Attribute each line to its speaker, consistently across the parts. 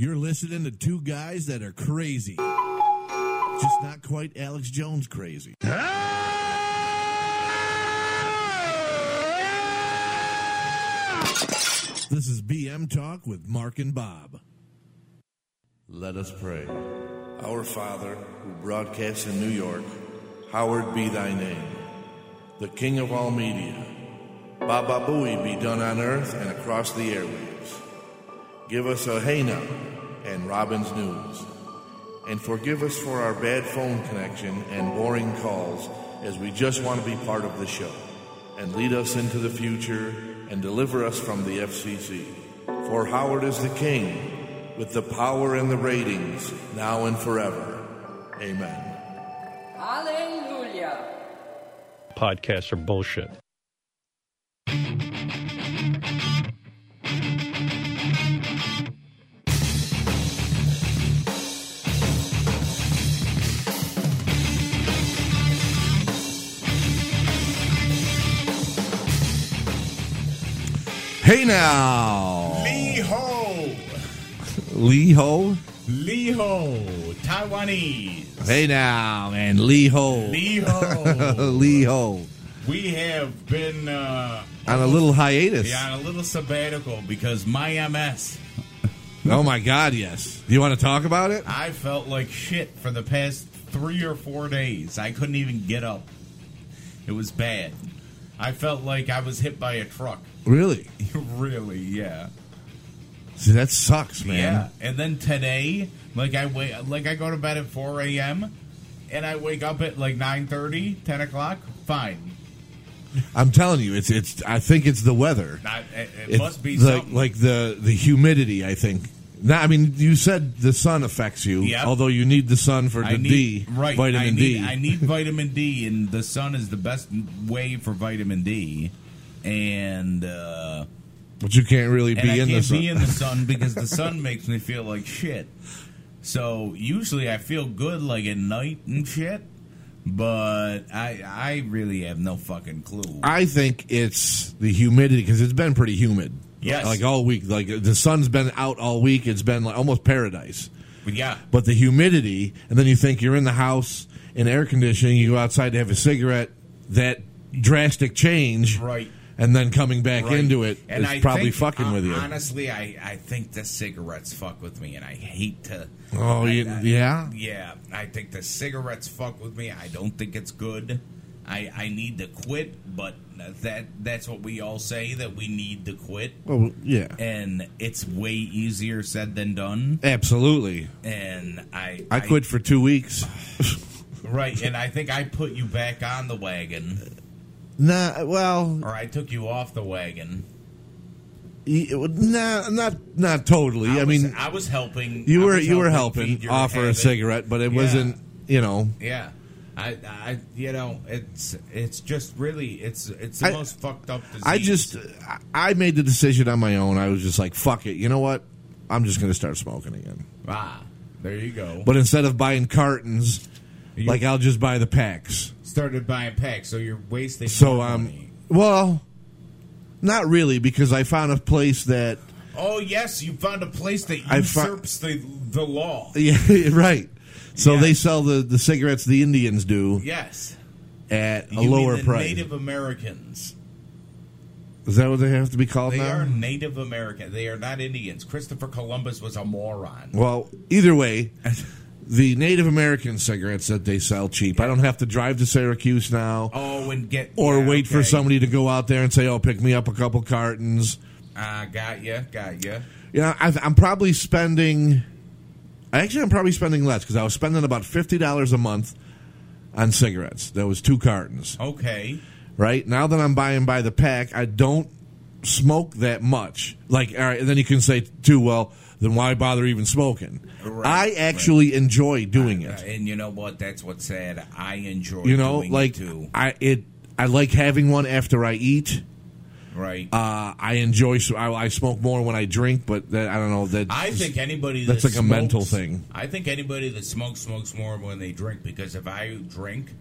Speaker 1: You're listening to two guys that are crazy. Just not quite Alex Jones crazy. This is BM Talk with Mark and Bob. Let us pray. Our Father, who broadcasts in New York, Howard be thy name, the King of all media. Baba Booey be done on earth and across the airwaves. Give us a hey now and Robin's News. And forgive us for our bad phone connection and boring calls as we just want to be part of the show. And lead us into the future and deliver us from the FCC. For Howard is the king with the power and the ratings now and forever. Amen.
Speaker 2: Hallelujah.
Speaker 3: podcasts are bullshit.
Speaker 1: Hey now!
Speaker 4: Leho,
Speaker 1: Lee Ho.
Speaker 4: Leho, Taiwanese.
Speaker 1: Hey now, and Lee Ho.
Speaker 4: Leho.
Speaker 1: Lee Ho.
Speaker 4: we have been uh,
Speaker 1: On a little hiatus.
Speaker 4: yeah, on a little sabbatical because my MS,
Speaker 1: Oh my God, yes. You want to talk about it?
Speaker 4: I felt like shit for the past three or four days. I couldn't even get up. It was bad. I felt like I was hit by a truck.
Speaker 1: Really?
Speaker 4: really, yeah.
Speaker 1: See, that sucks, man.
Speaker 4: Yeah, and then today, like I wait, like I go to bed at four a.m. and I wake up at like 9.30, 10 o'clock. Fine,
Speaker 1: I'm telling you, it's it's. I think it's the weather.
Speaker 4: Not, it, it
Speaker 1: It's
Speaker 4: must be
Speaker 1: like
Speaker 4: something.
Speaker 1: like the Uh, the humidity. I think. No, I mean you said the sun affects you.
Speaker 4: Yep.
Speaker 1: Although you need the sun for
Speaker 4: I
Speaker 1: the D
Speaker 4: need right.
Speaker 1: vitamin
Speaker 4: I need,
Speaker 1: D.
Speaker 4: I need vitamin D, and the sun is the best way for vitamin D. And uh,
Speaker 1: but you can't really
Speaker 4: and
Speaker 1: be
Speaker 4: I
Speaker 1: in the
Speaker 4: can't
Speaker 1: sun.
Speaker 4: be in the sun because the sun makes me feel like shit. So usually I feel good like at night and shit, but I I really have no fucking clue.
Speaker 1: I think it's the humidity because it's been pretty humid.
Speaker 4: Yes.
Speaker 1: Like all week. Like the sun's been out all week. It's been like almost paradise.
Speaker 4: But yeah,
Speaker 1: but the humidity, and then you think you're in the house in air conditioning, you go outside to have a cigarette, that drastic change,
Speaker 4: Right.
Speaker 1: And then coming back
Speaker 4: right.
Speaker 1: into it is
Speaker 4: And I
Speaker 1: probably
Speaker 4: think,
Speaker 1: fucking
Speaker 4: uh,
Speaker 1: with you.
Speaker 4: Honestly, I I think the cigarettes fuck with me, and I hate to.
Speaker 1: oh, you,
Speaker 4: I- I-
Speaker 1: yeah.
Speaker 4: Yeah, I think the cigarettes fuck with me. I don't think it's good. I, I need to quit, but that that's what we all say that we need to quit,
Speaker 1: Well, yeah.
Speaker 4: and it's way easier said than done.
Speaker 1: Absolutely.
Speaker 4: And I
Speaker 1: I quit for two weeks.
Speaker 4: right, and I think I put you back on the wagon,
Speaker 1: Nah, well,
Speaker 4: or I took you off the wagon.
Speaker 1: y- nah, not not totally. I,
Speaker 4: was-
Speaker 1: mean,
Speaker 4: I was helping.
Speaker 1: you
Speaker 4: I
Speaker 1: were
Speaker 4: was
Speaker 1: you were
Speaker 4: feed
Speaker 1: helping
Speaker 4: your
Speaker 1: offer a
Speaker 4: habit.
Speaker 1: cigarette, but it
Speaker 4: Yeah.
Speaker 1: wasn't. You know,
Speaker 4: Yeah. I, I, you know, it's it's just really it's it's the
Speaker 1: I-
Speaker 4: most fucked up disease.
Speaker 1: I just I- I made the decision on my own. I was just like, fuck it. You know what? I'm just going to start smoking again.
Speaker 4: ah, there you go.
Speaker 1: But instead of buying cartons,
Speaker 4: You-
Speaker 1: like I'll just buy the packs.
Speaker 4: started buying packs, so you're wasting.
Speaker 1: So
Speaker 4: more
Speaker 1: um,
Speaker 4: money.
Speaker 1: well, not really because I found a place that
Speaker 4: Oh yes, you found a place that
Speaker 1: I fi-
Speaker 4: usurps the the law.
Speaker 1: yeah right. So
Speaker 4: Yeah.
Speaker 1: they sell the the cigarettes the Indians do
Speaker 4: Yes,
Speaker 1: at a
Speaker 4: You mean
Speaker 1: lower
Speaker 4: the
Speaker 1: price.
Speaker 4: Native Americans.
Speaker 1: Is that what they have to be called
Speaker 4: They
Speaker 1: now?
Speaker 4: are Native American. They are not Indians. Christopher Columbus was a moron.
Speaker 1: Well, either way, the Native American cigarettes that they sell cheap. I don't have to drive to Syracuse now.
Speaker 4: Oh, and get
Speaker 1: Or
Speaker 4: yeah,
Speaker 1: wait for
Speaker 4: okay.
Speaker 1: somebody to go out there and say, "Oh, pick me up a couple cartons."
Speaker 4: Ah, got ya, got ya.
Speaker 1: You know, I've, I'm probably spending. Actually, I'm probably spending less because I was spending about fifty dollars a month on cigarettes. That was two cartons,
Speaker 4: Okay,
Speaker 1: right? Now that I'm buying by the pack, I don't smoke that much. Like, all right, and then you can say too, well, then why bother even smoking?
Speaker 4: Right,
Speaker 1: I actually enjoy doing
Speaker 4: Uh,
Speaker 1: it.
Speaker 4: and you know what? That's what's sad. I enjoy
Speaker 1: you know,
Speaker 4: doing it
Speaker 1: like
Speaker 4: too.
Speaker 1: I it. I like having one after I eat.
Speaker 4: Right.
Speaker 1: Uh, I enjoy. I, I smoke more when I drink, but that, I don't know that.
Speaker 4: I think anybody
Speaker 1: that's
Speaker 4: that
Speaker 1: like a mental
Speaker 4: smokes-
Speaker 1: thing.
Speaker 4: I think anybody that smokes smokes more when they drink because if I drink,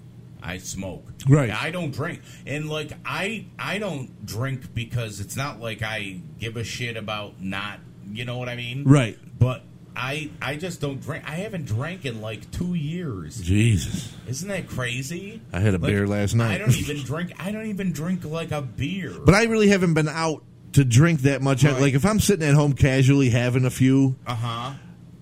Speaker 4: I smoke.
Speaker 1: Right.
Speaker 4: I don't drink, and like I I don't drink because it's not like I give a shit about not. You know what I mean?
Speaker 1: Right.
Speaker 4: But I I just don't drink. I haven't drank in like two years.
Speaker 1: Jesus.
Speaker 4: Isn't that crazy?
Speaker 1: I had a
Speaker 4: Like,
Speaker 1: beer last night.
Speaker 4: I don't even drink. I don't even drink like a beer.
Speaker 1: But I really haven't been out to drink that much.
Speaker 4: Right.
Speaker 1: Like if I'm sitting at home casually having a few,
Speaker 4: Uh huh.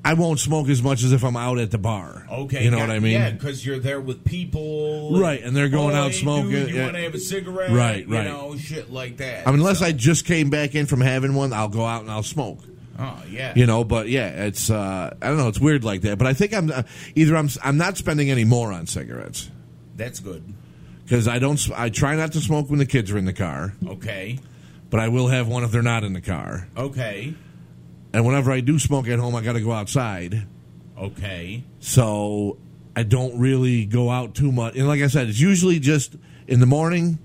Speaker 1: I won't smoke as much as if I'm out at the bar.
Speaker 4: Okay.
Speaker 1: you know
Speaker 4: got-
Speaker 1: what I mean?
Speaker 4: Yeah, because you're there with people,
Speaker 1: Right, and they're going
Speaker 4: "Oh,
Speaker 1: out
Speaker 4: hey,
Speaker 1: smoking,
Speaker 4: Dude, you
Speaker 1: yeah.
Speaker 4: want to have a cigarette?
Speaker 1: Right,
Speaker 4: You
Speaker 1: right.
Speaker 4: know, shit like that.
Speaker 1: I mean, unless I just came back in from having one, I'll go out and I'll smoke.
Speaker 4: oh yeah.
Speaker 1: You know, but yeah, it's uh, I don't know, it's weird like that. But I think I'm uh, either I'm I'm not spending any more on cigarettes
Speaker 4: That's good.
Speaker 1: because I don't s- I try not to smoke when the kids are in the car,
Speaker 4: Okay.
Speaker 1: but I will have one if they're not in the car.
Speaker 4: Okay.
Speaker 1: And whenever I do smoke at home, I got to go outside.
Speaker 4: Okay.
Speaker 1: so I don't really go out too much. And like I said, it's usually just in the morning,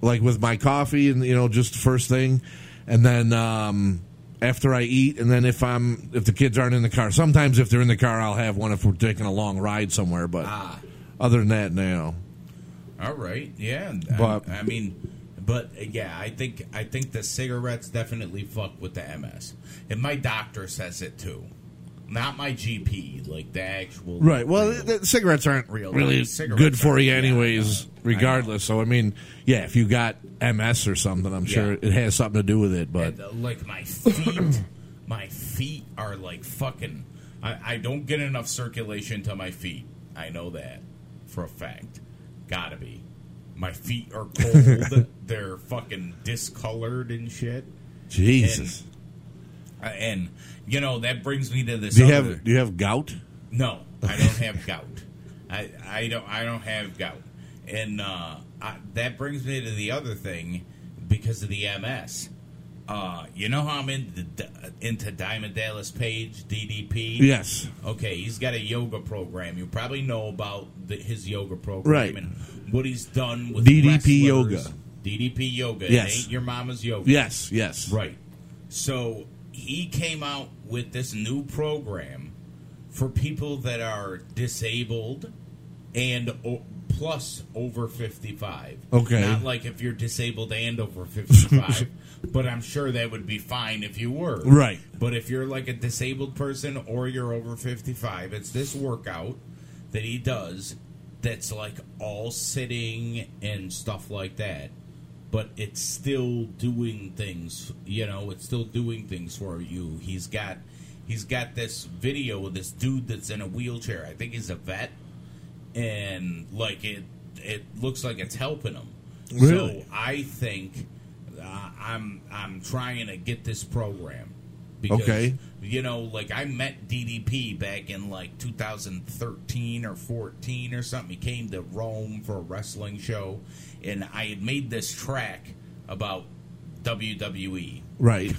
Speaker 1: like with my coffee and you know just the first thing, and then um, after I eat, and then if I'm if the kids aren't in the car, sometimes if they're in the car, I'll have one if we're taking a long ride somewhere. But
Speaker 4: Ah.
Speaker 1: other than that, no.
Speaker 4: All right. Yeah. um,
Speaker 1: But-
Speaker 4: I, I mean, but uh, yeah, I think I think the cigarettes definitely fuck with the MS, and my doctor says it too. Not my GP, like the actual
Speaker 1: Right. Well, the, the cigarettes aren't
Speaker 4: Real
Speaker 1: really
Speaker 4: cigarettes
Speaker 1: good for
Speaker 4: aren't-
Speaker 1: you,
Speaker 4: yeah,
Speaker 1: anyways. regardless, so I mean, yeah, if you got MS or something, I'm sure
Speaker 4: Yeah.
Speaker 1: it has something to do with it. But
Speaker 4: And, uh, like my feet, my feet are like fucking. I, I don't get enough circulation to my feet. I know that for a fact. Gotta be. My feet are cold. They're fucking discolored and shit.
Speaker 1: Jesus,
Speaker 4: Uh, and you know that brings me to this.
Speaker 1: do you
Speaker 4: other-
Speaker 1: have do you have gout?
Speaker 4: no, I don't have gout. I, I don't I don't have gout, and uh, I, that brings me to the other thing because of the MS. Uh, you know how I'm into the, into Diamond Dallas Page DDP.
Speaker 1: Yes.
Speaker 4: Okay, he's got a yoga program. You probably know about the, his yoga program
Speaker 1: Right.
Speaker 4: and what he's done with
Speaker 1: DDP
Speaker 4: wrestlers.
Speaker 1: yoga.
Speaker 4: DDP yoga.
Speaker 1: Yes.
Speaker 4: It ain't your mama's yoga.
Speaker 1: Yes, yes.
Speaker 4: Right. So he came out with this new program for people that are disabled and o- plus over 55.
Speaker 1: Okay.
Speaker 4: Not like if you're disabled and over 55, but I'm sure that would be fine if you were.
Speaker 1: Right.
Speaker 4: But if you're like a disabled person or you're over 55, it's this workout that he does that's like all sitting and stuff like that. But it's still doing things, you know, it's still doing things for you. He's got he's got this video of this dude that's in a wheelchair. I think he's a vet and like it it looks like it's helping him.
Speaker 1: Really?
Speaker 4: So I think uh, I'm I'm trying to get this program
Speaker 1: Okay.
Speaker 4: you know, like I met DDP back in like 2013 or 14 or something. He came to Rome for a wrestling show, and I had made this track about WWE
Speaker 1: Right.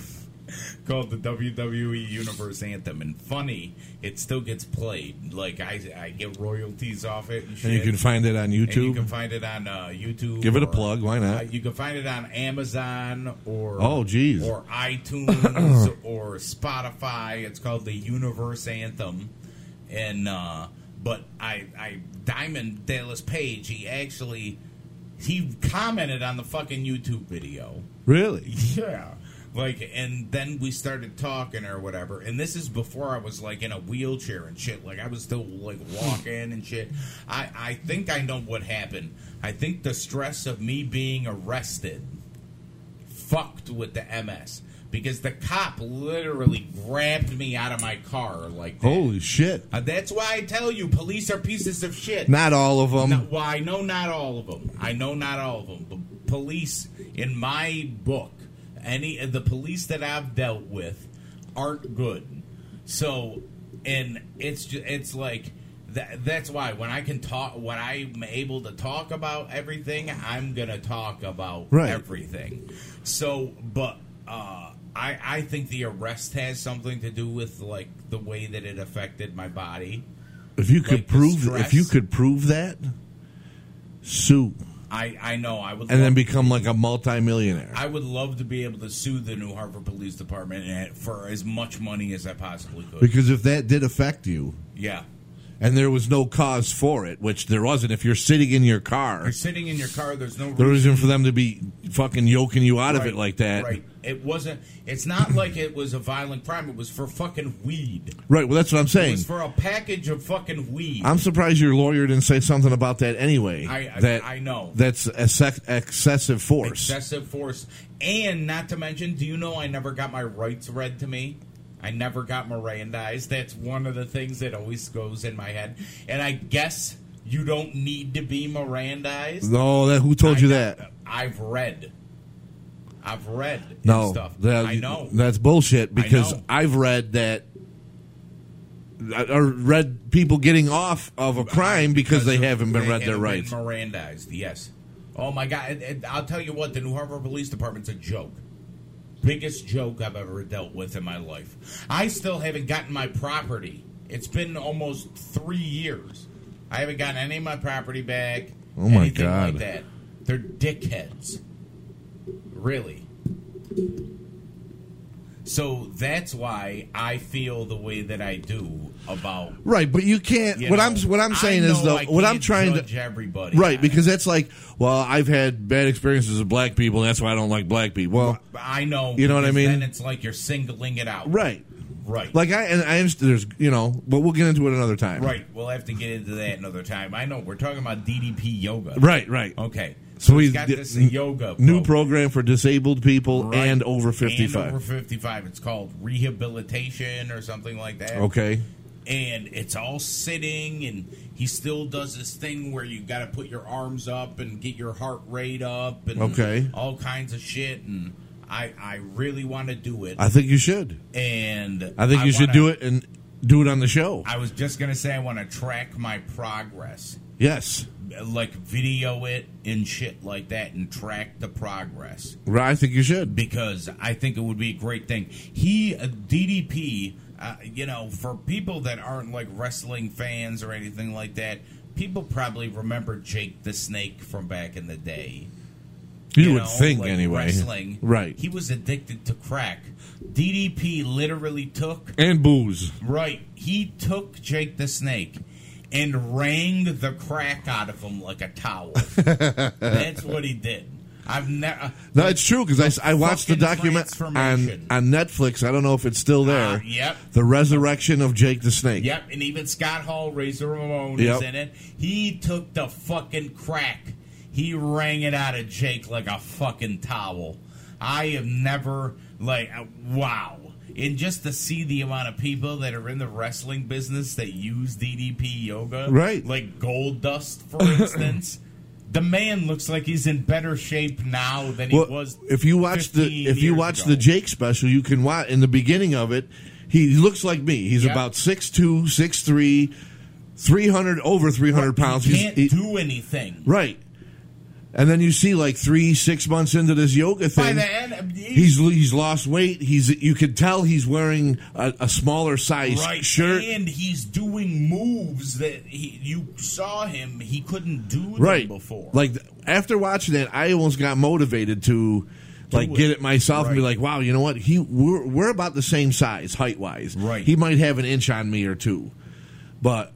Speaker 4: called the WWE Universe Anthem, and funny, it still gets played. Like I, I get royalties off it, and, shit.
Speaker 1: And you can find it on
Speaker 4: And you
Speaker 1: YouTube.
Speaker 4: can find it on uh, YouTube.
Speaker 1: Give it a
Speaker 4: or-
Speaker 1: plug, why not?
Speaker 4: Uh, you can find it on Amazon or
Speaker 1: Oh, geez.
Speaker 4: or iTunes or Spotify. It's called the Universe Anthem, and uh, but I I Diamond Dallas Page he actually he commented on the fucking YouTube video.
Speaker 1: really?
Speaker 4: Yeah. Like, and then we started talking or whatever. And this is before I was like in a wheelchair and shit. Like, I was still like walking and shit. I, I think I know what happened. I think the stress of me being arrested fucked with the MS because the cop literally grabbed me out of my car like that.
Speaker 1: Holy shit.
Speaker 4: Uh, that's why I tell you, police are pieces of shit.
Speaker 1: Not all of them.
Speaker 4: No, well, I know not all of them. I know not all of them. But police, in my book, any the police that I've dealt with aren't good. So, and it's just, it's like that, that's why when I can talk, when I'm able to talk about everything, I'm gonna talk about
Speaker 1: Right.
Speaker 4: everything. So, but. uh I, I think the arrest has something to do with like the way that it affected my body.
Speaker 1: If you could
Speaker 4: Like the
Speaker 1: prove if
Speaker 4: stress.
Speaker 1: you could prove that, sue
Speaker 4: I, I know I would
Speaker 1: and then
Speaker 4: love-
Speaker 1: become like a multimillionaire.
Speaker 4: I would love to be able to sue the New Hartford Police Department and- for as much money as I possibly could.
Speaker 1: Because if that did affect you
Speaker 4: yeah.
Speaker 1: and there was no cause for it, which there wasn't if you're sitting in your car,
Speaker 4: You're sitting in your car, there's no
Speaker 1: there
Speaker 4: reason-
Speaker 1: isn't for them to be fucking yoking you out of
Speaker 4: Right,
Speaker 1: it like that.
Speaker 4: Right. It wasn't. It's not like it was a violent crime. It was for fucking weed.
Speaker 1: Right. Well, that's what I'm
Speaker 4: It
Speaker 1: saying.
Speaker 4: was for a package of fucking weed.
Speaker 1: I'm surprised your lawyer didn't say something about that anyway.
Speaker 4: I- I-
Speaker 1: that
Speaker 4: I know.
Speaker 1: that's exce- excessive force.
Speaker 4: excessive force. And not to mention, do you know I never got my rights read to me? I never got Mirandized. That's one of the things that always goes in my head. And I guess you don't need to be Mirandized.
Speaker 1: no, that, who told
Speaker 4: I
Speaker 1: you
Speaker 4: got-
Speaker 1: that?
Speaker 4: I've read. I've read and
Speaker 1: no,
Speaker 4: stuff.
Speaker 1: that-
Speaker 4: I know.
Speaker 1: that's bullshit. Because
Speaker 4: know.
Speaker 1: I've read that. I I read people getting off of a crime because they
Speaker 4: of-
Speaker 1: haven't been
Speaker 4: they
Speaker 1: read their
Speaker 4: haven't
Speaker 1: rights.
Speaker 4: been Mirandized, yes. Oh my God! And- and I'll tell you what, the New Harbor Police Department's a joke. Biggest joke I've ever dealt with in my life. I still haven't gotten my property. It's been almost three years. I haven't gotten any of my property back.
Speaker 1: Oh, my
Speaker 4: anything
Speaker 1: God.
Speaker 4: Like that. They're dickheads. Really. So that's why I feel the way that I do about
Speaker 1: Right, but you can't.
Speaker 4: you
Speaker 1: what
Speaker 4: know,
Speaker 1: I'm what I'm saying
Speaker 4: I
Speaker 1: is
Speaker 4: know
Speaker 1: though,
Speaker 4: I
Speaker 1: what I'm
Speaker 4: can't
Speaker 1: trying
Speaker 4: judge
Speaker 1: to
Speaker 4: everybody
Speaker 1: right because that's like, well, I've had bad experiences with black people, and that's why I don't like black people. Well,
Speaker 4: I know
Speaker 1: You know what I
Speaker 4: because
Speaker 1: mean?
Speaker 4: Then it's like you're singling it out,
Speaker 1: right,
Speaker 4: Right,
Speaker 1: like I and I understand there's you know, but we'll get into it another time.
Speaker 4: right. We'll have to get into that another time. I know we're talking about DDP yoga,
Speaker 1: right, right.
Speaker 4: Okay,
Speaker 1: So
Speaker 4: he's
Speaker 1: we
Speaker 4: got
Speaker 1: did-
Speaker 4: this yoga program.
Speaker 1: new program for disabled people
Speaker 4: Right.
Speaker 1: and over fifty
Speaker 4: And
Speaker 1: five.
Speaker 4: over fifty-five, it's called rehabilitation or something like that.
Speaker 1: Okay,
Speaker 4: and it's all sitting and he still does this thing where you got to put your arms up and get your heart rate up and
Speaker 1: Okay.
Speaker 4: all kinds of shit and I I really want to do it
Speaker 1: I think you should.
Speaker 4: and
Speaker 1: I think you should
Speaker 4: wanna-
Speaker 1: do it and do it on the show.
Speaker 4: I was just going to say I want to track my progress
Speaker 1: yes,
Speaker 4: like video it and shit like that and track the progress
Speaker 1: right. I think you should.
Speaker 4: because I think it would be a great thing. He uh, DDP, uh, you know, for people that aren't like wrestling fans or anything like that, people probably remember Jake the Snake from back in the day.
Speaker 1: You, would
Speaker 4: know,
Speaker 1: think
Speaker 4: like
Speaker 1: anyway.
Speaker 4: Wrestling,
Speaker 1: Right.
Speaker 4: He was addicted to crack. DDP literally took
Speaker 1: and booze.
Speaker 4: right. He took Jake the Snake. And wrang the crack out of him like a towel. That's what he did. I've uh, never.
Speaker 1: No, it's true because I, I watched the
Speaker 4: fucking
Speaker 1: document on
Speaker 4: transformation.
Speaker 1: on Netflix. I don't know if it's still there.
Speaker 4: Uh, yep.
Speaker 1: The resurrection of Jake the Snake.
Speaker 4: Yep, and even Scott Hall, Razor Ramon
Speaker 1: Yep.
Speaker 4: is in it. He took the fucking crack. He rang it out of Jake like a fucking towel. I have never like uh, wow. And just to see the amount of people that are in the wrestling business that use DDP yoga,
Speaker 1: Right.
Speaker 4: Like Gold Dust, for instance. The man looks like he's in better shape now than he
Speaker 1: Well,
Speaker 4: was.
Speaker 1: if you watch the
Speaker 4: 15
Speaker 1: if you
Speaker 4: years
Speaker 1: watch
Speaker 4: ago.
Speaker 1: the Jake special, you can watch in the beginning of it. He looks like me. He's
Speaker 4: Yep.
Speaker 1: about 6'2", 6'3", 300, over three hundred pounds.
Speaker 4: he
Speaker 1: He's-
Speaker 4: can't
Speaker 1: he-
Speaker 4: do anything.
Speaker 1: right. And then you see like three six months into this
Speaker 4: By
Speaker 1: yoga thing,
Speaker 4: the end,
Speaker 1: he's he's lost weight. He's you could tell he's wearing a, a smaller size
Speaker 4: right
Speaker 1: shirt.
Speaker 4: and he's doing moves that he, you saw him he couldn't do them
Speaker 1: right
Speaker 4: before
Speaker 1: Like th- after watching that, I almost got motivated to like
Speaker 4: it.
Speaker 1: get it myself and be
Speaker 4: Right.
Speaker 1: like, wow, you know what? He we're we're about the same size height wise.
Speaker 4: Right.
Speaker 1: He might have an inch on me or two, but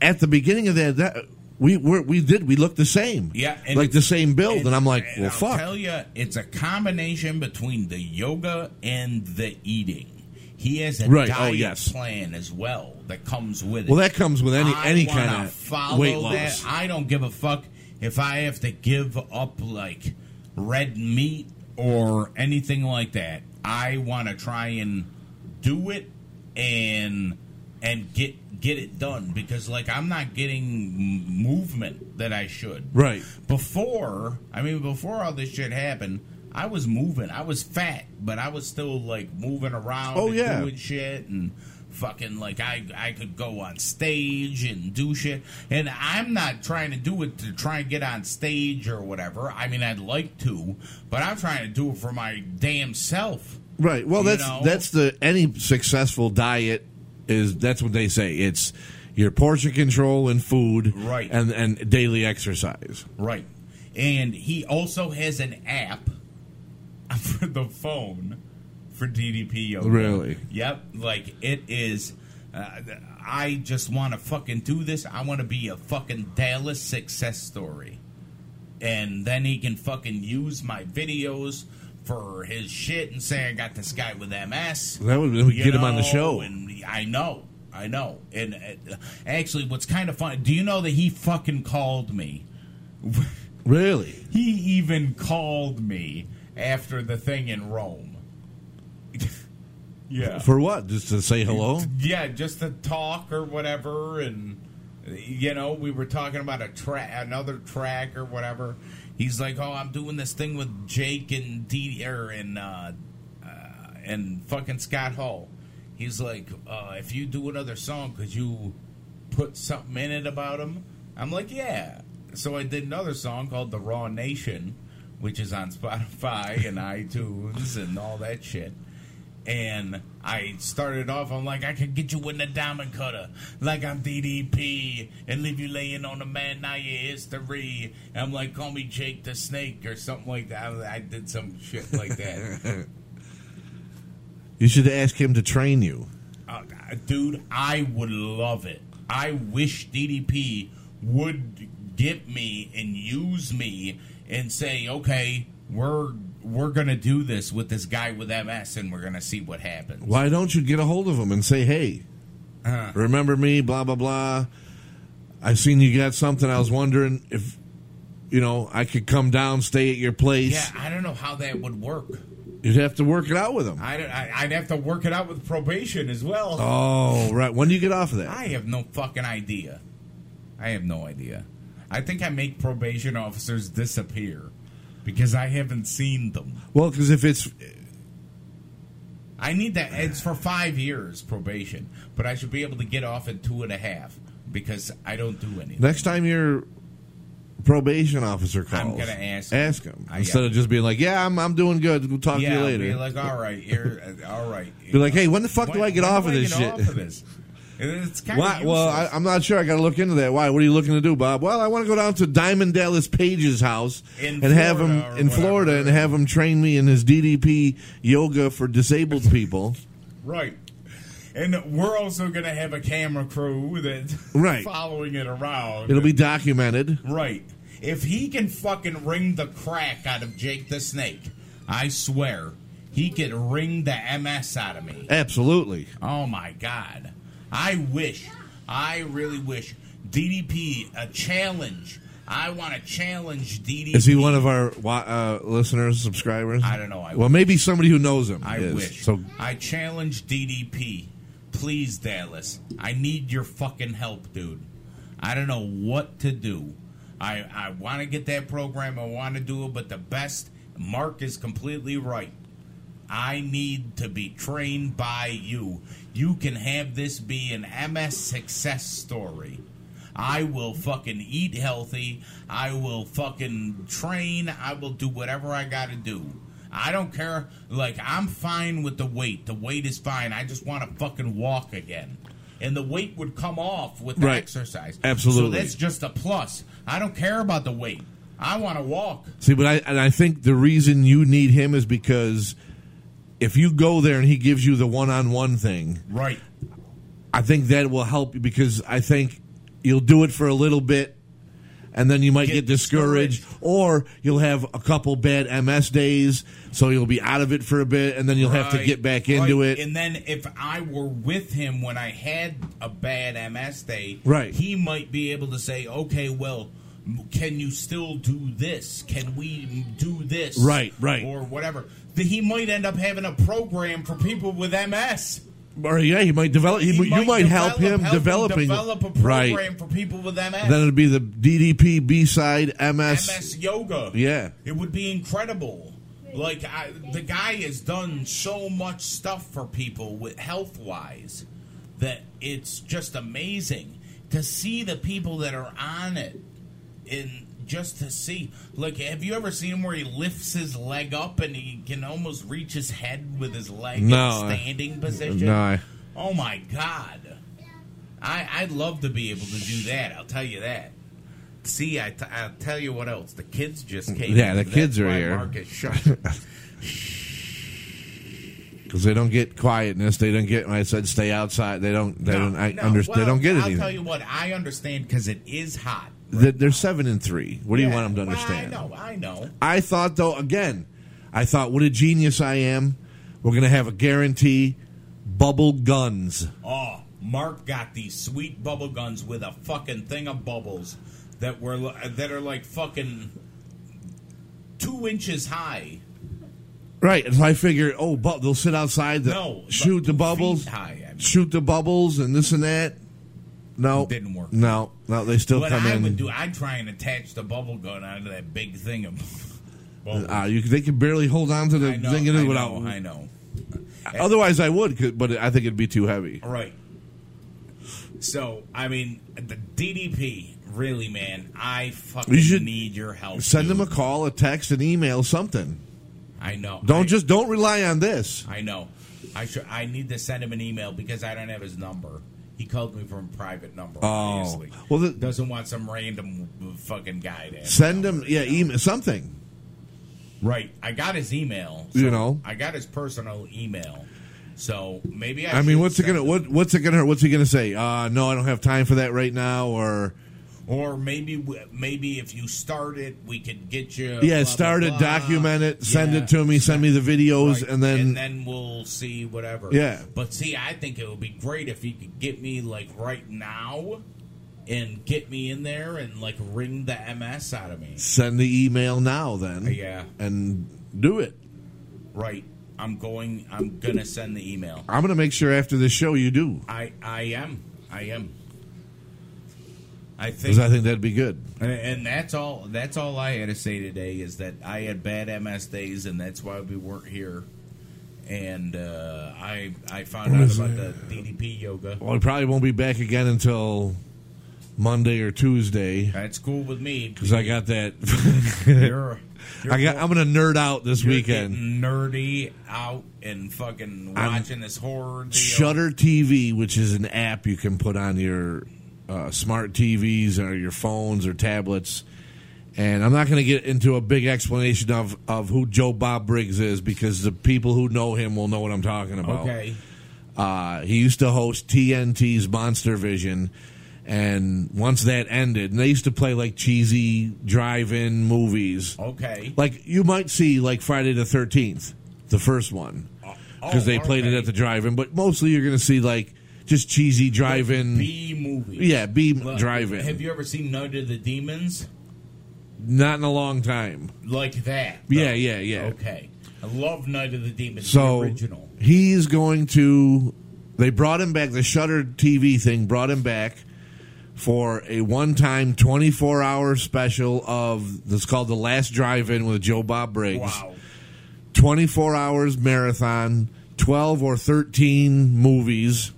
Speaker 1: at the beginning of that, that we were we did we looked the same.
Speaker 4: Yeah, and-
Speaker 1: like the same build, and, oh, I'm like,
Speaker 4: and
Speaker 1: well,
Speaker 4: I'll
Speaker 1: fuck.
Speaker 4: tell you it's a combination between the yoga and the eating he has a
Speaker 1: Right, oh,
Speaker 4: diet
Speaker 1: yes.
Speaker 4: plan as well that comes with it
Speaker 1: well, that comes with any
Speaker 4: I
Speaker 1: any
Speaker 4: wanna
Speaker 1: kind of
Speaker 4: follow
Speaker 1: weight
Speaker 4: that.
Speaker 1: loss.
Speaker 4: I don't give a fuck if I have to give up like red meat or anything like that. I want to try and do it and and get get it done because like I'm not getting m- movement that I should.
Speaker 1: Right.
Speaker 4: Before, I mean before all this shit happened, I was moving. I was fat, but I was still like moving around
Speaker 1: Oh,
Speaker 4: and
Speaker 1: yeah.
Speaker 4: doing shit and fucking like I I could go on stage and do shit. And I'm not trying to do it to try and get on stage or whatever. I mean I'd like to, but I'm trying to do it for my damn self.
Speaker 1: Right. Well,
Speaker 4: You
Speaker 1: that's
Speaker 4: know?
Speaker 1: that's the any successful diet is that's what they say. It's your portion control and food,
Speaker 4: Right.
Speaker 1: And and daily exercise.
Speaker 4: Right. And he also has an app for the phone for DDP yoga.
Speaker 1: Really?
Speaker 4: Yep. Like it is. Uh, I just want to fucking do this. I want to be a fucking Dallas success story. And then he can fucking use my videos for his shit and say I got this guy with MS.
Speaker 1: That would- that would
Speaker 4: you
Speaker 1: get him on the
Speaker 4: know,
Speaker 1: show.
Speaker 4: And I know, I know. And uh, actually, what's kind of funny? Do you know that he fucking called me?
Speaker 1: Really?
Speaker 4: He even called me after the thing in Rome. yeah.
Speaker 1: For what? Just to say hello?
Speaker 4: Yeah, just to talk or whatever, and you know, we were talking about a track, another track or whatever. He's like, "Oh, I'm doing this thing with Jake and D or and uh, uh, and fucking Scott Hall." He's like, uh, "If you do another song, could you put something in it about him?" I'm like, "Yeah." So I did another song called "The Raw Nation," which is on Spotify and iTunes and all that shit and I started off. I'm like, I could get you in the diamond cutter, like I'm DDP, and leave you laying on the man. Now your history. And I'm like, call me Jake the Snake or something like that. I, I did some shit like that,
Speaker 1: You should ask him to train you.
Speaker 4: Uh, dude. I would love it. I wish DDP would get me and use me and say, okay, we're we're gonna do this with this guy with MS, and we're gonna see what happens.
Speaker 1: Why don't you get a hold of him and say, hey,
Speaker 4: Uh-huh.
Speaker 1: remember me, blah, blah, blah. I seen you got something. I was wondering if, you know, I could come down, stay at your place.
Speaker 4: Yeah, I don't know how that would work.
Speaker 1: You'd have to work it out with him.
Speaker 4: I don't, I, I'd have to work it out with probation as well.
Speaker 1: oh, right. When do you get off of that?
Speaker 4: I have no fucking idea. I have no idea. I think I make probation officers disappear because I haven't seen them.
Speaker 1: well, because if it's,
Speaker 4: I need that. It's for five years probation, but I should be able to get off in two and a half because I don't do anything.
Speaker 1: next time your probation officer calls,
Speaker 4: I'm gonna ask him.
Speaker 1: ask him.
Speaker 4: I-
Speaker 1: instead of just being like, yeah, I'm, I'm doing good. We'll talk to
Speaker 4: yeah,
Speaker 1: you
Speaker 4: I'll
Speaker 1: later.
Speaker 4: be like, all right, you're, all right.
Speaker 1: Be like, hey, when the fuck do I get off
Speaker 4: do
Speaker 1: of
Speaker 4: I
Speaker 1: this
Speaker 4: get
Speaker 1: shit?
Speaker 4: off of this? And It's kind
Speaker 1: Why?
Speaker 4: of
Speaker 1: Well, I, I'm not sure. I got to look into that. Why? What are you looking to do, Bob? Well, I want to go down to Diamond Dallas Page's house
Speaker 4: In
Speaker 1: and have him
Speaker 4: Florida or
Speaker 1: in Florida
Speaker 4: whatever.
Speaker 1: and have him train me in his DDP yoga for disabled people.
Speaker 4: Right. And we're also going to have a camera crew that's
Speaker 1: Right.
Speaker 4: following it around.
Speaker 1: It'll be documented.
Speaker 4: right. If he can fucking wring the crack out of Jake the Snake, I swear he could wring the MS out of me.
Speaker 1: Absolutely.
Speaker 4: Oh my god. I wish, I really wish DDP a challenge. I want to challenge DDP.
Speaker 1: Is he one of our wa- uh, listeners, subscribers?
Speaker 4: I don't know. I
Speaker 1: well, maybe somebody who knows him.
Speaker 4: I
Speaker 1: is.
Speaker 4: wish.
Speaker 1: So
Speaker 4: I challenge DDP. Please, Dallas. I need your fucking help, dude. I don't know what to do. I, I want to get that program. I want to do it, but the best, Mark is completely right. I need to be trained by you. You can have this be an MS success story. I will fucking eat healthy. I will fucking train. I will do whatever I got to do. I don't care. Like, I'm fine with the weight. The weight is fine. I just want to fucking walk again. And the weight would come off with the
Speaker 1: Right.
Speaker 4: exercise.
Speaker 1: Absolutely.
Speaker 4: So that's just a plus. I don't care about the weight. I want to walk.
Speaker 1: see, but I and I think the reason you need him is because if you go there and he gives you the one-on-one thing,
Speaker 4: Right.
Speaker 1: I think that will help you because I think you'll do it for a little bit and then you might get,
Speaker 4: Get
Speaker 1: discouraged, or you'll have a couple bad MS days, so you'll be out of it for a bit and then you'll have to
Speaker 4: Right,
Speaker 1: get back into
Speaker 4: right.
Speaker 1: it.
Speaker 4: And then if I were with him when I had a bad MS day,
Speaker 1: Right.
Speaker 4: he might be able to say, okay, well, m- can you still do this? Can we do this?
Speaker 1: Right, right.
Speaker 4: Or whatever. Th- He might end up having a program for people with MS.
Speaker 1: or yeah, you might develop he,
Speaker 4: He
Speaker 1: you might help
Speaker 4: develop-
Speaker 1: him developing
Speaker 4: develop a program
Speaker 1: right.
Speaker 4: for people with MS.
Speaker 1: Then it'd be the DDP B side
Speaker 4: MS yoga.
Speaker 1: Yeah.
Speaker 4: It would be incredible. Like I, the guy has done so much stuff for people with health wise that it's just amazing to see the people that are on it and just to see like have you ever seen him where he lifts his leg up and he can almost reach his head with his leg in
Speaker 1: No, I-
Speaker 4: standing position
Speaker 1: no, I-
Speaker 4: oh my god I, i'd love to be able to do that i'll tell you that See, I t- I'll tell you what else. The kids just came.
Speaker 1: Yeah,
Speaker 4: in.
Speaker 1: the
Speaker 4: That's
Speaker 1: kids are
Speaker 4: why
Speaker 1: here.
Speaker 4: Mark is shut.
Speaker 1: because they don't get quietness. They don't get. I said stay outside. They don't. They don't. I under, they
Speaker 4: well,
Speaker 1: don't get
Speaker 4: I'll tell
Speaker 1: anything.
Speaker 4: you what. I understand because it is hot.
Speaker 1: They're they're seven and three. What do you
Speaker 4: Yeah,
Speaker 1: want them to
Speaker 4: well,
Speaker 1: understand?
Speaker 4: I know. I know.
Speaker 1: I thought though again, I thought, what a genius I am. We're going to have a guarantee bubble guns.
Speaker 4: Oh, Mark got these sweet bubble guns with a fucking thing of bubbles that were li- that are like fucking two inches high.
Speaker 1: Right. And so I figured, oh, bu- they'll sit outside, the,
Speaker 4: No, but
Speaker 1: shoot
Speaker 4: two
Speaker 1: the bubbles,
Speaker 4: feet high, I mean.
Speaker 1: shoot the bubbles, and this and that. No,
Speaker 4: Didn't work.
Speaker 1: No, no, they still
Speaker 4: What
Speaker 1: come
Speaker 4: I
Speaker 1: in.
Speaker 4: would do, I'd try and attach the bubble gun onto that big thing of. Well,
Speaker 1: Uh, you, they can barely hold on to the
Speaker 4: I know,
Speaker 1: thing it is
Speaker 4: I know,
Speaker 1: without.
Speaker 4: I know.
Speaker 1: Otherwise, I would, 'cause- but I think it'd be too heavy.
Speaker 4: Right. So, I mean, the DDP, really, man, I fucking
Speaker 1: You should
Speaker 4: need your help.
Speaker 1: Send them a
Speaker 4: dude.
Speaker 1: call, a text, an email, something.
Speaker 4: I know.
Speaker 1: Don't
Speaker 4: I,
Speaker 1: just don't rely on this.
Speaker 4: I know. I should. I need to send him an email because I don't have his number. He called me from a private number. obviously.
Speaker 1: Oh. well, the-
Speaker 4: doesn't want some random fucking guy to.
Speaker 1: Send them, yeah, email something.
Speaker 4: Right. I got his email.
Speaker 1: You know.
Speaker 4: I got his personal email. So maybe I.
Speaker 1: I mean,
Speaker 4: should
Speaker 1: what's it
Speaker 4: send
Speaker 1: gonna
Speaker 4: him-
Speaker 1: what What's it gonna What's he gonna say? Uh, no, I don't have time for that right now. Or
Speaker 4: Or maybe w- maybe if you start it, we could get you.
Speaker 1: yeah,
Speaker 4: blah,
Speaker 1: start
Speaker 4: blah,
Speaker 1: it,
Speaker 4: blah.
Speaker 1: document it, send
Speaker 4: Yeah.
Speaker 1: it to me, send me the videos,
Speaker 4: Right.
Speaker 1: and then
Speaker 4: we'll see whatever.
Speaker 1: Yeah.
Speaker 4: But see, I think it would be great if you could get me like right now, and get me in there and like wring the MS out of me.
Speaker 1: send the email now. Then
Speaker 4: Yeah.
Speaker 1: and do it.
Speaker 4: Right. I'm going. I'm gonna send the email.
Speaker 1: I'm gonna make sure after this show you do
Speaker 4: I I am. I am. I think.
Speaker 1: because I think that'd be good.
Speaker 4: And- And that's all. That's all I had to say today is that I had bad MS days, and that's why we weren't here. And uh, I I found
Speaker 1: What
Speaker 4: out
Speaker 1: is
Speaker 4: about
Speaker 1: that?
Speaker 4: the DDP yoga.
Speaker 1: Well, I probably won't be back again until Monday or Tuesday
Speaker 4: That's cool with me.
Speaker 1: because I got that.
Speaker 4: You're, you're
Speaker 1: I got. I'm gonna nerd out this
Speaker 4: you're
Speaker 1: weekend.
Speaker 4: getting nerdy out and fucking
Speaker 1: I'm-
Speaker 4: watching this horror. Deal.
Speaker 1: Shutter TV, which is an app you can put on your uh, smart TVs or your phones or tablets. And I'm not going to get into a big explanation of, of who Joe Bob Briggs is because the people who know him will know what I'm talking about.
Speaker 4: Okay.
Speaker 1: Uh, he used to host TNT's Monster Vision, and once that ended, and they used to play like cheesy drive-in movies.
Speaker 4: Okay.
Speaker 1: Like you might see like Friday the Thirteenth, the first one, because
Speaker 4: Oh,
Speaker 1: they played it at the drive-in. But mostly you're going to see like just cheesy drive-in.
Speaker 4: B movie.
Speaker 1: yeah, B
Speaker 4: Look,
Speaker 1: drive-in.
Speaker 4: Have you ever seen Night of the Demons?
Speaker 1: Not in a long time.
Speaker 4: Like that.
Speaker 1: Yeah,
Speaker 4: though.
Speaker 1: yeah, yeah.
Speaker 4: Okay. I love Night of the Demons.
Speaker 1: So
Speaker 4: the original.
Speaker 1: he's going to. They brought him back. The Shutter TV thing brought him back for a one-time 24-hour special of that's called the Last Drive-In with Joe Bob Briggs.
Speaker 4: Wow.
Speaker 1: 24 hours marathon, 12 or 13 movies.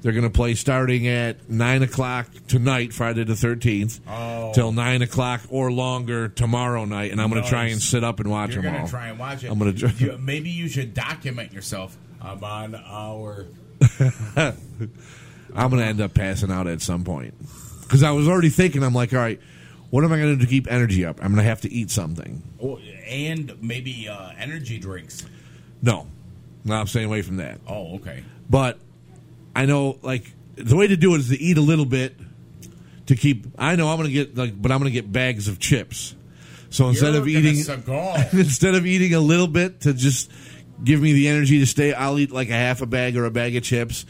Speaker 1: They're going to play starting at 9 o'clock tonight, Friday the 13th,
Speaker 4: Oh.
Speaker 1: till 9 o'clock or longer tomorrow night. And I'm going to try
Speaker 4: Nice.
Speaker 1: and sit up and watch
Speaker 4: You're
Speaker 1: them
Speaker 4: gonna
Speaker 1: all.
Speaker 4: try and watch it.
Speaker 1: I'm gonna try-
Speaker 4: You, maybe you should document yourself. I'm on our.
Speaker 1: I'm going to end up passing out at some point. Because I was already thinking, I'm like, all right, what am I going to do to keep energy up? I'm going to have to eat something.
Speaker 4: Oh, and maybe uh, energy drinks.
Speaker 1: No, no, I'm staying away from that.
Speaker 4: Oh, okay.
Speaker 1: But I know, like, the way to do it is to eat a little bit to keep. I know I'm going to get like, but I'm going to get bags of chips. So instead
Speaker 4: You're
Speaker 1: of
Speaker 4: gonna
Speaker 1: eating,
Speaker 4: cigar.
Speaker 1: instead of eating a little bit to just give me the energy to stay, I'll eat like a half a bag or a bag of chips.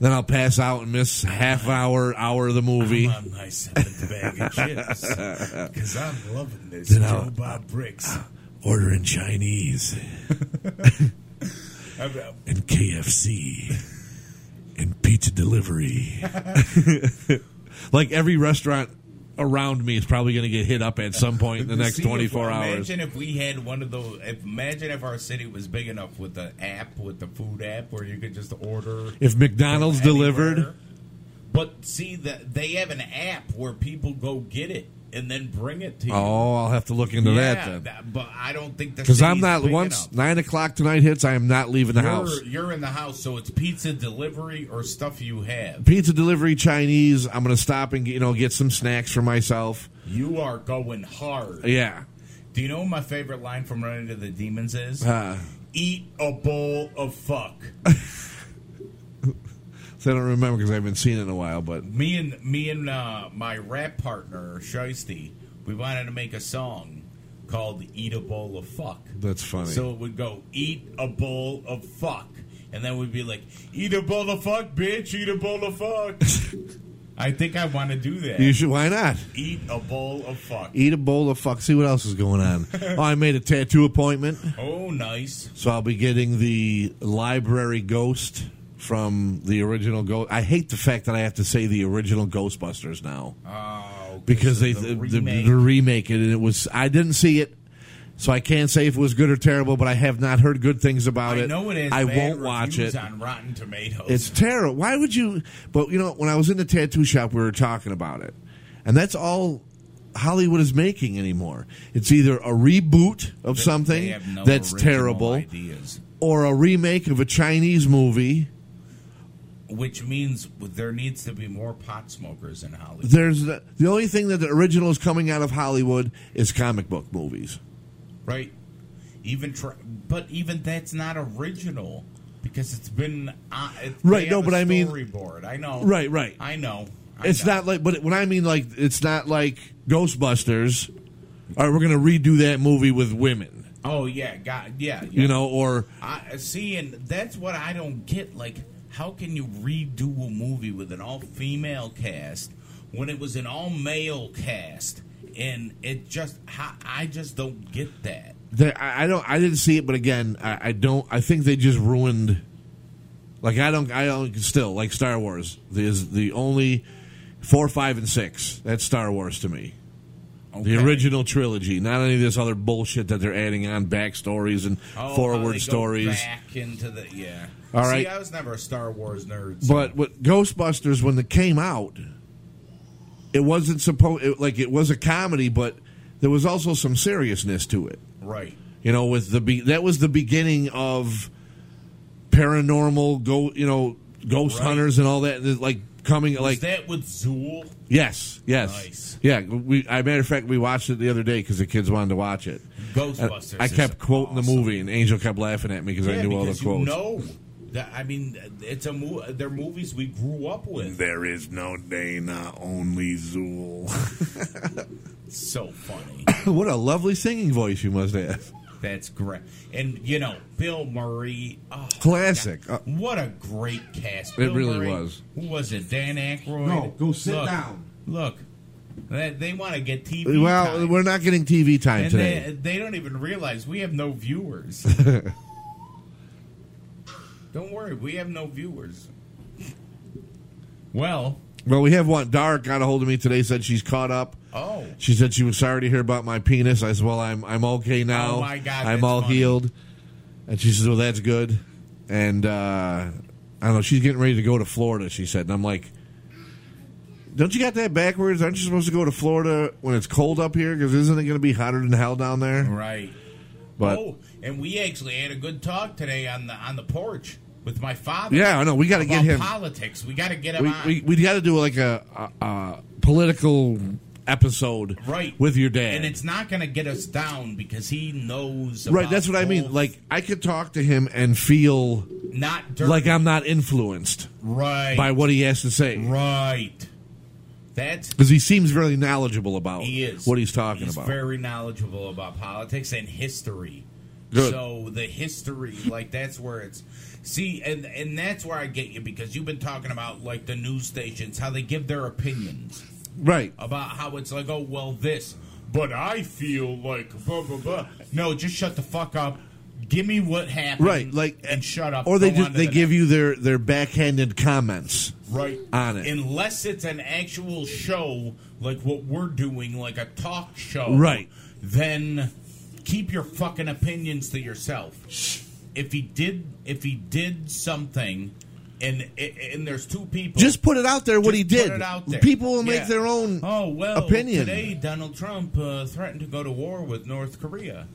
Speaker 1: Then I'll pass out and miss half hour, hour of the movie.
Speaker 4: I'm on my seventh bag of chips because I'm loving this
Speaker 1: Then
Speaker 4: Joe
Speaker 1: I'll-
Speaker 4: Bob Bricks.
Speaker 1: Ordering Chinese
Speaker 4: I'm, uh,
Speaker 1: and KFC and pizza delivery. like every restaurant around me is probably going to get hit up at some point in the next
Speaker 4: see,
Speaker 1: 24
Speaker 4: if,
Speaker 1: hours.
Speaker 4: Imagine if we had one of those. If, imagine if our city was big enough with the app, with the food app, where you could just order.
Speaker 1: If McDonald's
Speaker 4: anywhere.
Speaker 1: delivered,
Speaker 4: But see that they have an app where people go get it and then bring it to you.
Speaker 1: oh, I'll have to look into that
Speaker 4: Yeah,
Speaker 1: then.
Speaker 4: that- but I don't think the
Speaker 1: Because I'm
Speaker 4: city's
Speaker 1: not
Speaker 4: big
Speaker 1: once
Speaker 4: enough.
Speaker 1: nine o'clock tonight hits, I am not leaving the
Speaker 4: You're,
Speaker 1: house.
Speaker 4: you're in the house, so it's pizza delivery or stuff you have.
Speaker 1: Pizza delivery, Chinese. I'm going to stop and you know get some snacks for myself.
Speaker 4: You are going hard.
Speaker 1: Yeah,
Speaker 4: Do you know what my favorite line from Running to the Demons is?
Speaker 1: uh,
Speaker 4: Eat a bowl of fuck.
Speaker 1: so I don't remember because I haven't seen it in a while. But
Speaker 4: me and me and uh, my rap partner Shiesty, we wanted to make a song called Eat a Bowl of Fuck.
Speaker 1: That's funny.
Speaker 4: So it would go, Eat a Bowl of Fuck. And then we'd be like, Eat a Bowl of Fuck, bitch, eat a Bowl of Fuck. I think I want to do that.
Speaker 1: you should. Why not?
Speaker 4: Eat a bowl of fuck.
Speaker 1: Eat a bowl of fuck. See what else is going on. oh, I made a tattoo appointment,
Speaker 4: Oh, nice.
Speaker 1: so I'll be getting the library ghost from the original ghost. I hate the fact that I have to say the original Ghostbusters now.
Speaker 4: Oh,
Speaker 1: because they
Speaker 4: the
Speaker 1: the, the,
Speaker 4: remake.
Speaker 1: the remake it, and it was I didn't see it, so I can't say if it was good or terrible. But I have not heard good things about
Speaker 4: I
Speaker 1: it.
Speaker 4: know it has.
Speaker 1: I
Speaker 4: bad
Speaker 1: won't watch
Speaker 4: reviews
Speaker 1: it.
Speaker 4: on Rotten Tomatoes.
Speaker 1: It's terrible. Why would you? But you know, when I was in the tattoo shop, we were talking about it, and that's all Hollywood is making anymore. It's either a reboot of something
Speaker 4: They have no
Speaker 1: that's
Speaker 4: original
Speaker 1: terrible,
Speaker 4: Ideas.
Speaker 1: or a remake of a Chinese movie.
Speaker 4: Which means there needs to be more pot smokers in Hollywood.
Speaker 1: There's the, the only thing that the original is coming out of Hollywood is comic book movies.
Speaker 4: Right? Even tr but even that's not original because it's been uh, it, they
Speaker 1: Right, no,
Speaker 4: have a
Speaker 1: but I mean-
Speaker 4: storyboard. I know.
Speaker 1: Right, right.
Speaker 4: I know. I
Speaker 1: It's
Speaker 4: know.
Speaker 1: not like, but when I mean like, it's not like Ghostbusters. All right, we're gonna redo that movie with women,
Speaker 4: Oh yeah, God, yeah. yeah.
Speaker 1: you know, or
Speaker 4: I see, and that's what I don't get. Like, how can you redo a movie with an all-female cast when it was an all-male cast? And it just, how- I just don't get that.
Speaker 1: they, I, I don't. I didn't see it, but again, I, I don't. I think they just ruined. Like I don't. I don't. Still, like Star Wars is the only four, five, and six. That's Star Wars to me. The
Speaker 4: Okay.
Speaker 1: original trilogy, not any of this other bullshit that they're adding on backstories and
Speaker 4: Oh, how they
Speaker 1: forward
Speaker 4: go
Speaker 1: stories.
Speaker 4: back into the yeah.
Speaker 1: All
Speaker 4: see,
Speaker 1: right.
Speaker 4: I was never a Star Wars nerd. so-
Speaker 1: But what Ghostbusters when it came out, it wasn't supposed it, like it was a comedy, but there was also some seriousness to it.
Speaker 4: right,
Speaker 1: You know, with the be- that was the beginning of paranormal go you know ghost
Speaker 4: Right.
Speaker 1: hunters and all that that, like coming
Speaker 4: was
Speaker 1: like
Speaker 4: that with Zool?
Speaker 1: yes yes
Speaker 4: Nice.
Speaker 1: yeah we I matter of fact we watched it the other day because the kids wanted to watch it. And
Speaker 4: Ghostbusters.
Speaker 1: I
Speaker 4: is
Speaker 1: kept quoting
Speaker 4: awesome.
Speaker 1: the movie and Angel kept laughing at me because I
Speaker 4: Yeah,
Speaker 1: knew all the
Speaker 4: because you
Speaker 1: quotes.
Speaker 4: know that I mean, it's a mo- They're movies we grew up with.
Speaker 1: there is no day, not only Zool.
Speaker 4: so funny.
Speaker 1: what a lovely singing voice you must have.
Speaker 4: That's great. And you know, Bill Murray. Oh,
Speaker 1: Classic. Uh,
Speaker 4: what a great cast.
Speaker 1: It
Speaker 4: Bill
Speaker 1: really
Speaker 4: Murray-
Speaker 1: was.
Speaker 4: Who was it? Dan Aykroyd.
Speaker 2: No, go sit
Speaker 4: Look,
Speaker 2: down.
Speaker 4: Look, they, they want to get TV.
Speaker 1: well,
Speaker 4: time.
Speaker 1: we're not getting TV time
Speaker 4: and
Speaker 1: today.
Speaker 4: they, they don't even realize we have no viewers. don't worry, we have no viewers. Well,
Speaker 1: well, we have one. Dark got a hold of me today. Said she's caught up.
Speaker 4: oh,
Speaker 1: She said she was sorry to hear about my penis. I said, "Well, I'm I'm okay now.
Speaker 4: Oh, my God,
Speaker 1: I'm
Speaker 4: that's
Speaker 1: all
Speaker 4: funny.
Speaker 1: healed." And she says, "Well, that's good." And uh, I don't know. She's getting ready to go to Florida. She said, and I'm like, "Don't you got that backwards? Aren't you supposed to go to Florida when it's cold up here? Because isn't it going to be hotter than hell down there?"
Speaker 4: right.
Speaker 1: But
Speaker 4: oh, and we actually had a good talk today on the on the porch with my father.
Speaker 1: yeah, I know. We got to get
Speaker 4: about
Speaker 1: him.
Speaker 4: politics. We got to get him
Speaker 1: we
Speaker 4: on.
Speaker 1: we, we got to do like a, a, a political episode,
Speaker 4: right
Speaker 1: With your dad,
Speaker 4: and it's not going to get us down because he knows.
Speaker 1: right.
Speaker 4: about
Speaker 1: That's what I mean.
Speaker 4: both-
Speaker 1: Like I could talk to him and feel
Speaker 4: not dirt.
Speaker 1: like I'm not influenced
Speaker 4: right,
Speaker 1: by what he has to say
Speaker 4: right. That's
Speaker 1: because he seems very knowledgeable about
Speaker 4: he is
Speaker 1: what he's talking
Speaker 4: He's
Speaker 1: about.
Speaker 4: Very knowledgeable about politics and history.
Speaker 1: Good.
Speaker 4: So the history, like that's where it's see, and and that's where I get you because you've been talking about like the news stations how they give their opinions.
Speaker 1: right.
Speaker 4: about how it's like, oh well, this, but I feel like blah blah blah. No, just shut the fuck up. Give me what happened,
Speaker 1: Right, like
Speaker 4: and shut up.
Speaker 1: or they
Speaker 4: Go on
Speaker 1: just
Speaker 4: to
Speaker 1: they
Speaker 4: the
Speaker 1: give you their their backhanded comments.
Speaker 4: next. right
Speaker 1: on it.
Speaker 4: unless it's an actual show like what we're doing, like a talk show,
Speaker 1: Right.
Speaker 4: Then keep your fucking opinions to yourself. If he did, if he did something, and and there's two people,
Speaker 1: Just put it out there what
Speaker 4: Just
Speaker 1: he did.
Speaker 4: put it out there.
Speaker 1: People will
Speaker 4: Yeah.
Speaker 1: make their own
Speaker 4: oh well
Speaker 1: opinion.
Speaker 4: Today, Donald Trump uh, threatened to go to war with North Korea.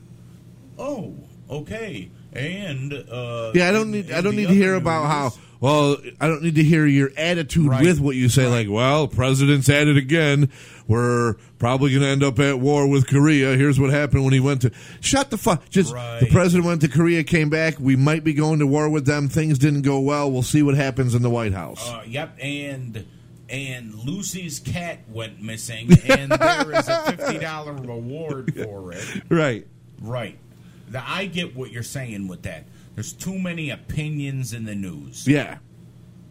Speaker 4: Oh, okay. And uh,
Speaker 1: Yeah, I don't
Speaker 4: in-
Speaker 1: need. I
Speaker 4: in
Speaker 1: don't
Speaker 4: the
Speaker 1: need to hear
Speaker 4: other
Speaker 1: about how.
Speaker 4: news-
Speaker 1: Well, I don't need to hear your attitude
Speaker 4: Right.
Speaker 1: with what you say. Like, well, president's at it again. We're probably going to end up at war with Korea. Here's what happened when he went to. Shut the fuck. Just
Speaker 4: Right.
Speaker 1: the president went to Korea, came back. We might be going to war with them. Things didn't go well. We'll see what happens in the White House.
Speaker 4: Uh, yep, Uh, and and Lucy's cat went missing, and there is a fifty dollar reward for it.
Speaker 1: Right.
Speaker 4: Right. The, I get what you're saying with that. There's too many opinions in the news.
Speaker 1: Yeah.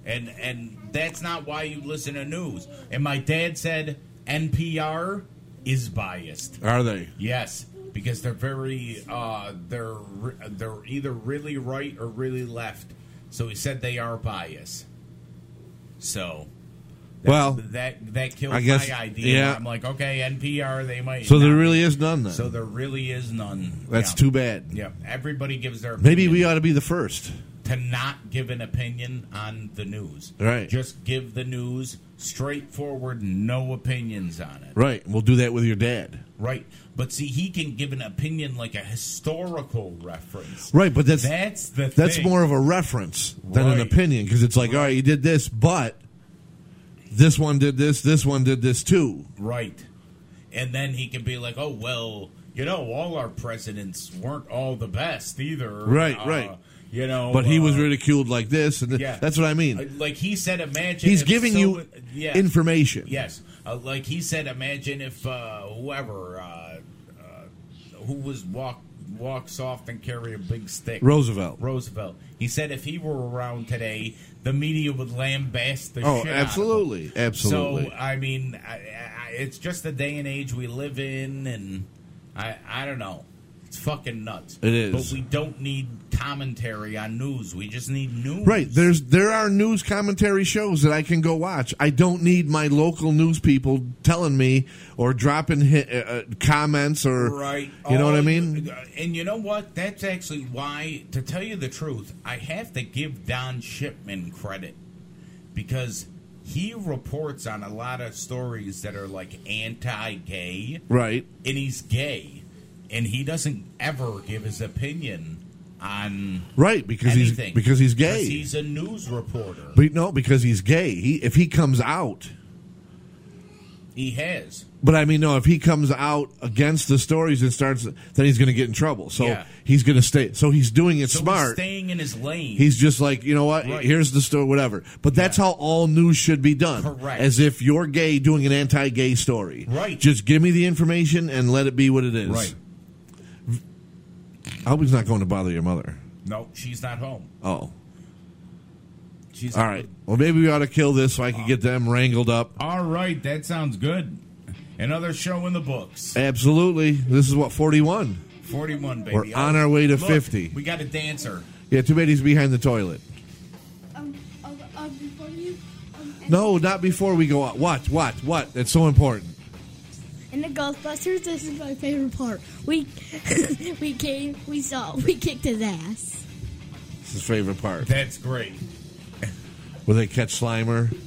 Speaker 4: And and that's not why you listen to news. And my dad said NPR is biased.
Speaker 1: Are they?
Speaker 4: Yes, because they're very uh, they're re- they're either really right or really left. So he said they are biased. So that-
Speaker 1: Well,
Speaker 4: that that killed
Speaker 1: I guess-
Speaker 4: my idea.
Speaker 1: yeah.
Speaker 4: I'm like, okay, NPR, they might.
Speaker 1: So there
Speaker 4: not-
Speaker 1: really is none then.
Speaker 4: so there really is none.
Speaker 1: That's
Speaker 4: Yeah.
Speaker 1: too bad.
Speaker 4: Yeah, everybody gives their
Speaker 1: Maybe
Speaker 4: opinion.
Speaker 1: we ought to be the first.
Speaker 4: to not give an opinion on the news.
Speaker 1: Right.
Speaker 4: Just give the news straightforward, no opinions on it.
Speaker 1: Right. We'll do that with your dad.
Speaker 4: Right. But see, he can give an opinion like a historical reference.
Speaker 1: Right, but that's
Speaker 4: That's the
Speaker 1: that's
Speaker 4: thing.
Speaker 1: more of a reference than an
Speaker 4: Right.
Speaker 1: opinion because it's like, all right, you did this, but this one did this, this one did this too.
Speaker 4: Right. And then he can be like, oh, well, you know, all our presidents weren't all the best either. Uh,
Speaker 1: Right, right.
Speaker 4: You know,
Speaker 1: But he was
Speaker 4: uh,
Speaker 1: ridiculed like this, and th-
Speaker 4: yeah.
Speaker 1: that's what I mean.
Speaker 4: Like he said, imagine
Speaker 1: He's
Speaker 4: if
Speaker 1: giving
Speaker 4: so-
Speaker 1: you
Speaker 4: yeah.
Speaker 1: information.
Speaker 4: Yes, uh, like he said, imagine if uh, whoever uh, uh, who was walk walk soft and carry a big stick,
Speaker 1: Roosevelt.
Speaker 4: Roosevelt. He said if he were around today, the media would lambaste the
Speaker 1: Oh,
Speaker 4: shit. out of him.
Speaker 1: absolutely, absolutely.
Speaker 4: So uh, I mean, I, I, it's just the day and age we live in, and I I don't know. It's fucking nuts.
Speaker 1: It is.
Speaker 4: but we don't need commentary on news. We just need news.
Speaker 1: Right. There's there are news commentary shows that I can go watch. I don't need my local news people telling me or dropping hi- uh, uh, comments or
Speaker 4: Right.
Speaker 1: You know what I
Speaker 4: All-
Speaker 1: mean?
Speaker 4: And you know what? That's actually why, to tell you the truth, I have to give Don Shipman credit because he reports on a lot of stories that are like anti gay,
Speaker 1: Right.
Speaker 4: and he's gay, and he doesn't ever give his opinion on
Speaker 1: Right. Because
Speaker 4: anything.
Speaker 1: he's because he's gay.
Speaker 4: he's a news reporter.
Speaker 1: but no, because he's gay. He if he comes out.
Speaker 4: He has.
Speaker 1: But I mean, no. If he comes out against the stories and starts, then he's going to get in trouble. So
Speaker 4: Yeah.
Speaker 1: he's going to stay. So he's doing it
Speaker 4: So He's
Speaker 1: smart.
Speaker 4: staying in his lane.
Speaker 1: He's just like, you know what?
Speaker 4: Right.
Speaker 1: Here's the story, whatever. But that's how all news should be done.
Speaker 4: Correct.
Speaker 1: As if you're gay doing an anti gay story.
Speaker 4: Right.
Speaker 1: Just give me the information and let it be what it is.
Speaker 4: Right.
Speaker 1: I hope he's not going to bother your mother.
Speaker 4: no, she's not home.
Speaker 1: Oh.
Speaker 4: She's
Speaker 1: All right. Well, maybe we ought to kill this so I can get them wrangled up.
Speaker 4: All right, that sounds good. Another show in the books.
Speaker 1: Absolutely. This is what, 41?
Speaker 4: 41, baby.
Speaker 1: We're on our way to
Speaker 4: Look,
Speaker 1: 50.
Speaker 4: We got a dancer.
Speaker 1: Yeah, too bad he's behind the toilet.
Speaker 5: Um, um, um, before you. Um, and-
Speaker 1: No, not before we go out. What? What? What? That's so important.
Speaker 5: In the Ghostbusters, this is my favorite part. We we came, we saw, we kicked his ass.
Speaker 1: It's his favorite part.
Speaker 4: That's great.
Speaker 1: Where they catch Slimer.
Speaker 4: We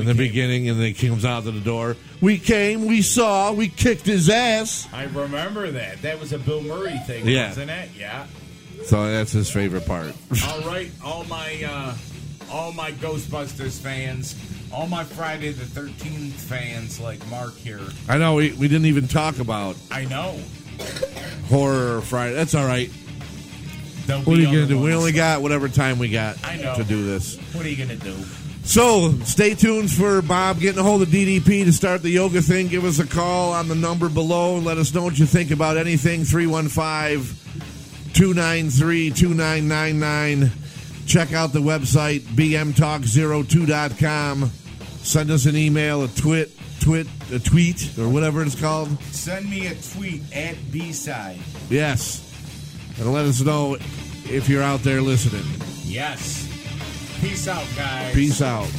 Speaker 1: in the
Speaker 4: came-
Speaker 1: beginning, and then he comes out to the door. We came, we saw, we kicked his ass.
Speaker 4: I remember that. That was a Bill Murray thing,
Speaker 1: Yeah.
Speaker 4: wasn't it? Yeah.
Speaker 1: So that's his favorite part.
Speaker 4: All right, all my uh, all my Ghostbusters fans, all my Friday the 13th fans like Mark here.
Speaker 1: I know we, we didn't even talk about
Speaker 4: I know.
Speaker 1: horror Friday. That's all right.
Speaker 4: They'll
Speaker 1: What are
Speaker 4: be
Speaker 1: you gonna
Speaker 4: on the
Speaker 1: do? We
Speaker 4: ones.
Speaker 1: only got whatever time we got
Speaker 4: I know.
Speaker 1: to do this.
Speaker 4: What are you going to do?
Speaker 1: So stay tuned for Bob getting a hold of DDP to start the yoga thing. Give us a call on the number below. Let us know what you think about anything. 315 293 2999. Check out the website, bmtalk02.com. Send us an email, a twit, twit, a tweet, or whatever it's called.
Speaker 4: Send me a tweet at B-side.
Speaker 1: Yes. And let us know if you're out there listening.
Speaker 4: Yes. Peace out, guys.
Speaker 1: Peace out.